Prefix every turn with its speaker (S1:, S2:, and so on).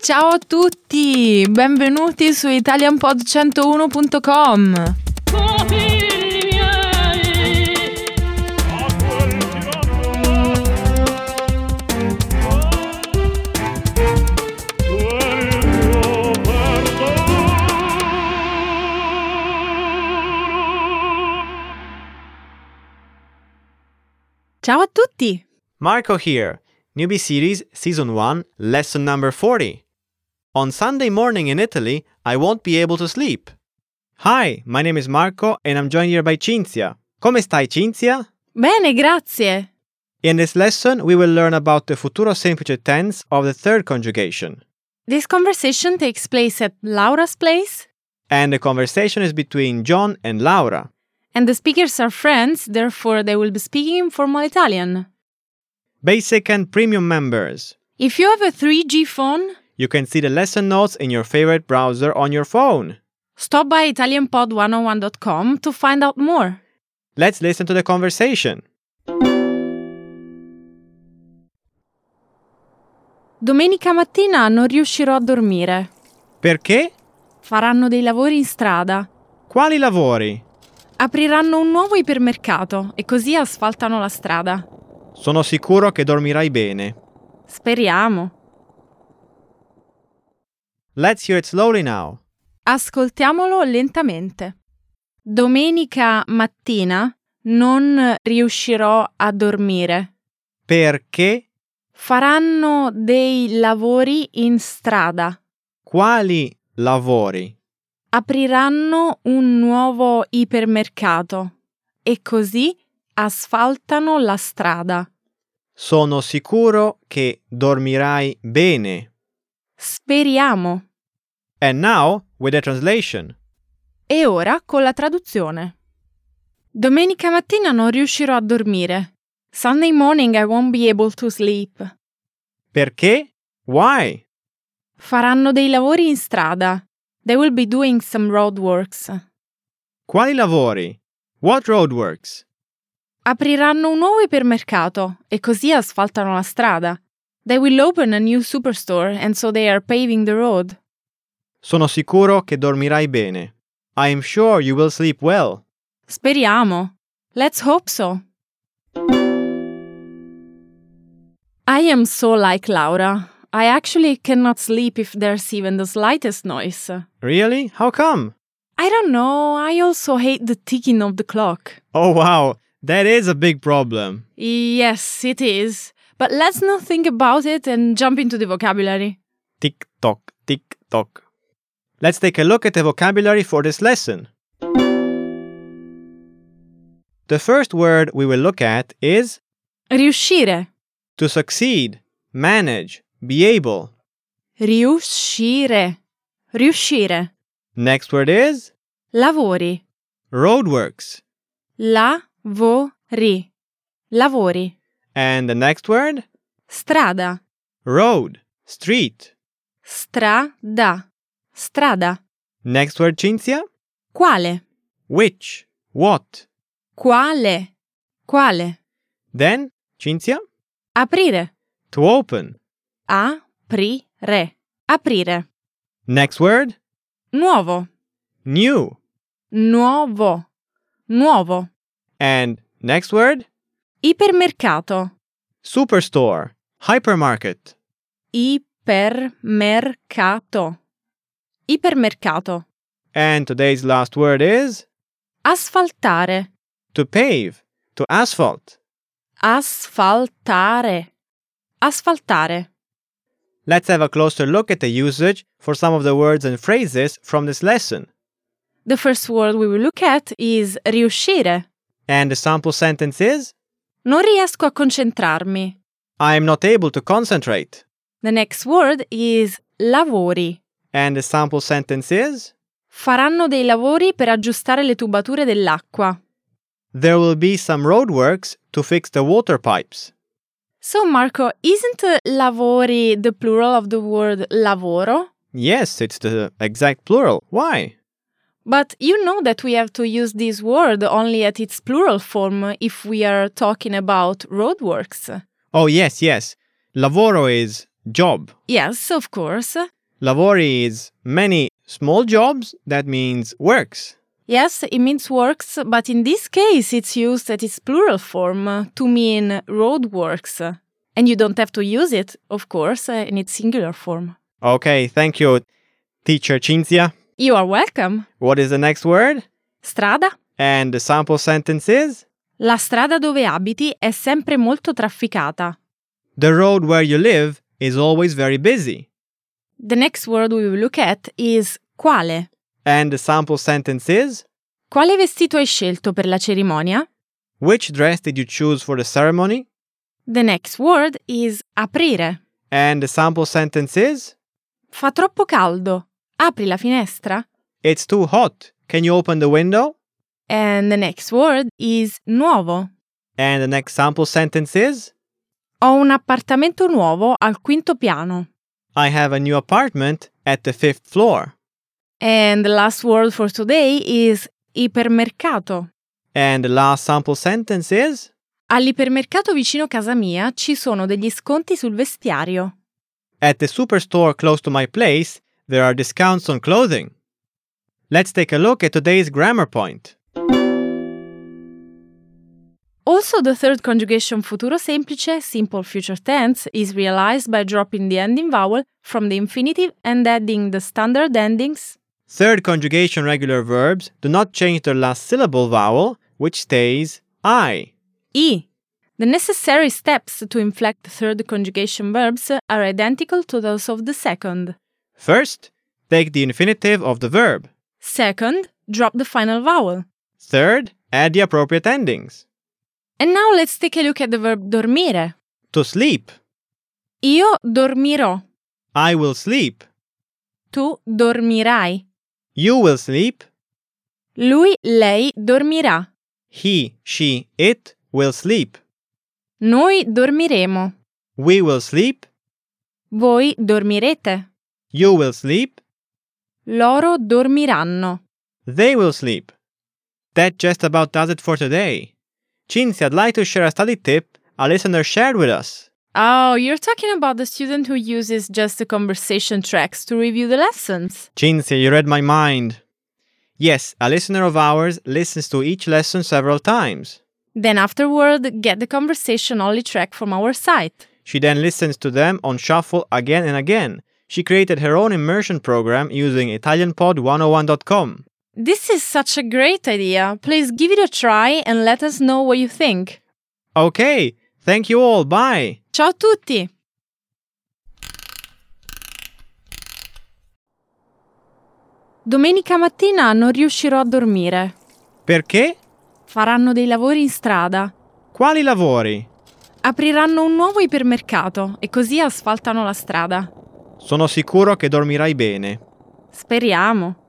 S1: Ciao a tutti, benvenuti su italianpod101.com. Ciao a tutti!
S2: Marco here, newbie series season 1, lesson number 40. On Sunday morning in Italy, I won't be able to sleep. Hi, my name is Marco and I'm joined here by Cinzia. Come stai, Cinzia?
S1: Bene, grazie!
S2: In this lesson, we will learn about the futuro semplice tense of the third conjugation.
S1: This conversation takes place at Laura's place,
S2: And the conversation is between John and Laura.
S1: and the speakers are friends, therefore, they will be speaking in formal Italian.
S2: Basic and premium members.
S1: If you have a 3G phone,
S2: You can see the lesson notes in your favorite browser on your phone.
S1: stop by ItalianPod101.com to find out more.
S2: Let's listen to the conversation.
S1: Domenica mattina non riuscirò a dormire.
S2: Perché?
S1: Faranno dei lavori in strada.
S2: Quali lavori?
S1: Apriranno un nuovo ipermercato e così asfaltano la strada.
S2: Sono sicuro che dormirai bene.
S1: Speriamo.
S2: Let's hear it slowly now.
S1: Ascoltiamolo lentamente. Domenica mattina non riuscirò a dormire.
S2: Perché?
S1: Faranno dei lavori in strada.
S2: Quali lavori?
S1: Apriranno un nuovo ipermercato e così asfaltano la strada.
S2: Sono sicuro che dormirai bene.
S1: Speriamo.
S2: And now with the translation.
S1: E ora con la traduzione. Domenica mattina non riuscirò a dormire. Sunday morning I won't be able to sleep.
S2: Perché? Why?
S1: Faranno dei lavori in strada. They will be doing some roadworks.
S2: Quali lavori? What roadworks?
S1: Apriranno un nuovo ipermercato e così asfaltano la strada. They will open a new superstore and so they are paving the road.
S2: Sono sicuro che dormirai bene. I am sure you will sleep well.
S1: Speriamo. Let's hope so. I am so like Laura. I actually cannot sleep if there's even the slightest noise.
S2: Really? How come?
S1: I don't know, I also hate the ticking of the clock.
S2: Oh wow, that is a big problem.
S1: Yes, it is. But let's not think about it and jump into the vocabulary.
S2: Tick tock, tick tock. Let's take a look at the vocabulary for this lesson. The first word we will look at is
S1: Riuscire.
S2: to succeed, manage, be able.
S1: Riuscire. Riuscire.
S2: Next word is
S1: Lavori.
S2: roadworks.
S1: Lavori. Lavori.
S2: And the next word,
S1: Strada.
S2: road, street.
S1: Strada. Strada.
S2: Next word, Cinzia,
S1: Quale?
S2: which, what.
S1: Quale? Quale?
S2: Then, Cinzia,
S1: Aprire.
S2: to open.
S1: Aprire. Aprire.
S2: Next word,
S1: Nuovo.
S2: new.
S1: Nuovo. Nuovo.
S2: And next word,
S1: Ipermercato.
S2: superstore, hypermarket.
S1: Ipermercato. Ipermercato.
S2: And today's last word is
S1: Asfaltare.
S2: to pave, to asphalt.
S1: Asfaltare. Asfaltare.
S2: Let's have a closer look at the usage for some of the words and phrases from this lesson.
S1: The first word we will look at is riuscire.
S2: And the sample sentence is
S1: Non riesco a concentrarmi.
S2: I am not able to concentrate.
S1: The next word is lavori.
S2: And the sample sentence is
S1: Faranno dei lavori per aggiustare le tubature dell'acqua.
S2: There will be some roadworks to fix the water pipes.
S1: So Marco, isn't uh, lavori the plural of the word lavoro?
S2: Yes, it's the exact plural. Why?
S1: But you know that we have to use this word only at its plural form if we are talking about roadworks.
S2: Oh, yes, yes. Lavoro is job.
S1: Yes, of course.
S2: Lavori is many small jobs, that means works.
S1: Yes, it means works, but in this case it's used at its plural form uh, to mean road works. And you don't have to use it, of course, uh, in its singular form.
S2: Okay, thank you, teacher Cinzia.
S1: You are welcome.
S2: What is the next word?
S1: Strada.
S2: And the sample sentence is
S1: La strada dove abiti è sempre molto trafficata.
S2: The road where you live is always very busy.
S1: The next word we will look at is quale.
S2: And the sample sentence is
S1: Quale vestito hai scelto per la cerimonia?
S2: Which dress did you choose for the ceremony?
S1: The next word is aprire.
S2: And the sample sentence is
S1: Fa troppo caldo. Apri la finestra.
S2: It's too hot. Can you open the window?
S1: And the next word is nuovo.
S2: And the next sample sentence is
S1: Ho un appartamento nuovo al quinto piano.
S2: I have a new apartment at the fifth floor.
S1: And the last word for today is ipermercato.
S2: And the last sample sentence is
S1: All'ipermercato vicino casa mia ci sono degli sconti sul vestiario.
S2: At the superstore close to my place, there are discounts on clothing. Let's take a look at today's grammar point.
S1: Also, the third conjugation futuro semplice, simple future tense, is realized by dropping the ending vowel from the infinitive and adding the standard endings
S2: Third conjugation regular verbs do not change their last syllable vowel, which stays I.
S1: E. The necessary steps to inflect the third conjugation verbs are identical to those of the second.
S2: First, take the infinitive of the verb.
S1: Second, drop the final vowel.
S2: Third, add the appropriate endings.
S1: And now let's take a look at the verb dormire.
S2: To sleep,
S1: Io dormirò.
S2: I will sleep.
S1: Tu dormirai.
S2: You will sleep.
S1: Lui, lei dormirà.
S2: He, she, it will sleep.
S1: Noi dormiremo.
S2: We will sleep.
S1: Voi dormirete.
S2: You will sleep.
S1: Loro dormiranno.
S2: They will sleep. That just about does it for today. Cinzia, I'd like to share a study tip a listener shared with us.
S1: Oh, you're talking about the student who uses just the conversation tracks to review the lessons.
S2: Cinzia, you read my mind. Yes, a listener of ours listens to each lesson several times.
S1: Then afterward, get the conversation only track from our site.
S2: She then listens to them on shuffle again and again. She created her own immersion program using ItalianPod101.com.
S1: This is such a great idea. Please give it a try and let us know what you think.
S2: Okay, thank you all. Bye.
S1: Ciao a tutti! Domenica mattina non riuscirò a dormire.
S2: Perché?
S1: Faranno dei lavori in strada.
S2: Quali lavori?
S1: Apriranno un nuovo ipermercato e così asfaltano la strada.
S2: Sono sicuro che dormirai bene.
S1: Speriamo.